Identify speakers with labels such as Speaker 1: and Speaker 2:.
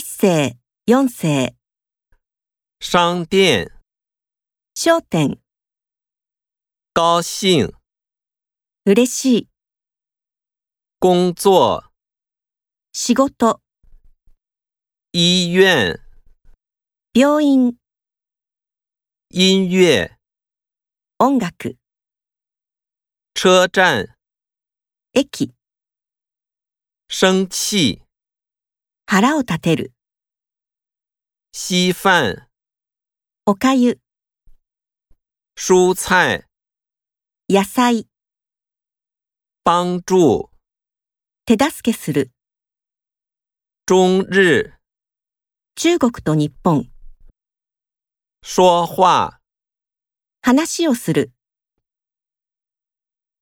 Speaker 1: 世、四世、
Speaker 2: 商店、
Speaker 1: 商店、
Speaker 2: 高兴、
Speaker 1: 嬉しい、
Speaker 2: 工作、
Speaker 1: 仕事、
Speaker 2: 医院、
Speaker 1: 病院、
Speaker 2: 音乐、
Speaker 1: 音楽、
Speaker 2: 车站、
Speaker 1: 駅、
Speaker 2: 生气、
Speaker 1: 腹を立てる、
Speaker 2: 稀饭、
Speaker 1: おかゆ、
Speaker 2: 蔬菜、
Speaker 1: 野菜、
Speaker 2: 帮助、
Speaker 1: 手助けする、
Speaker 2: 中日、
Speaker 1: 中国と日本、
Speaker 2: 说话。
Speaker 1: 話をする。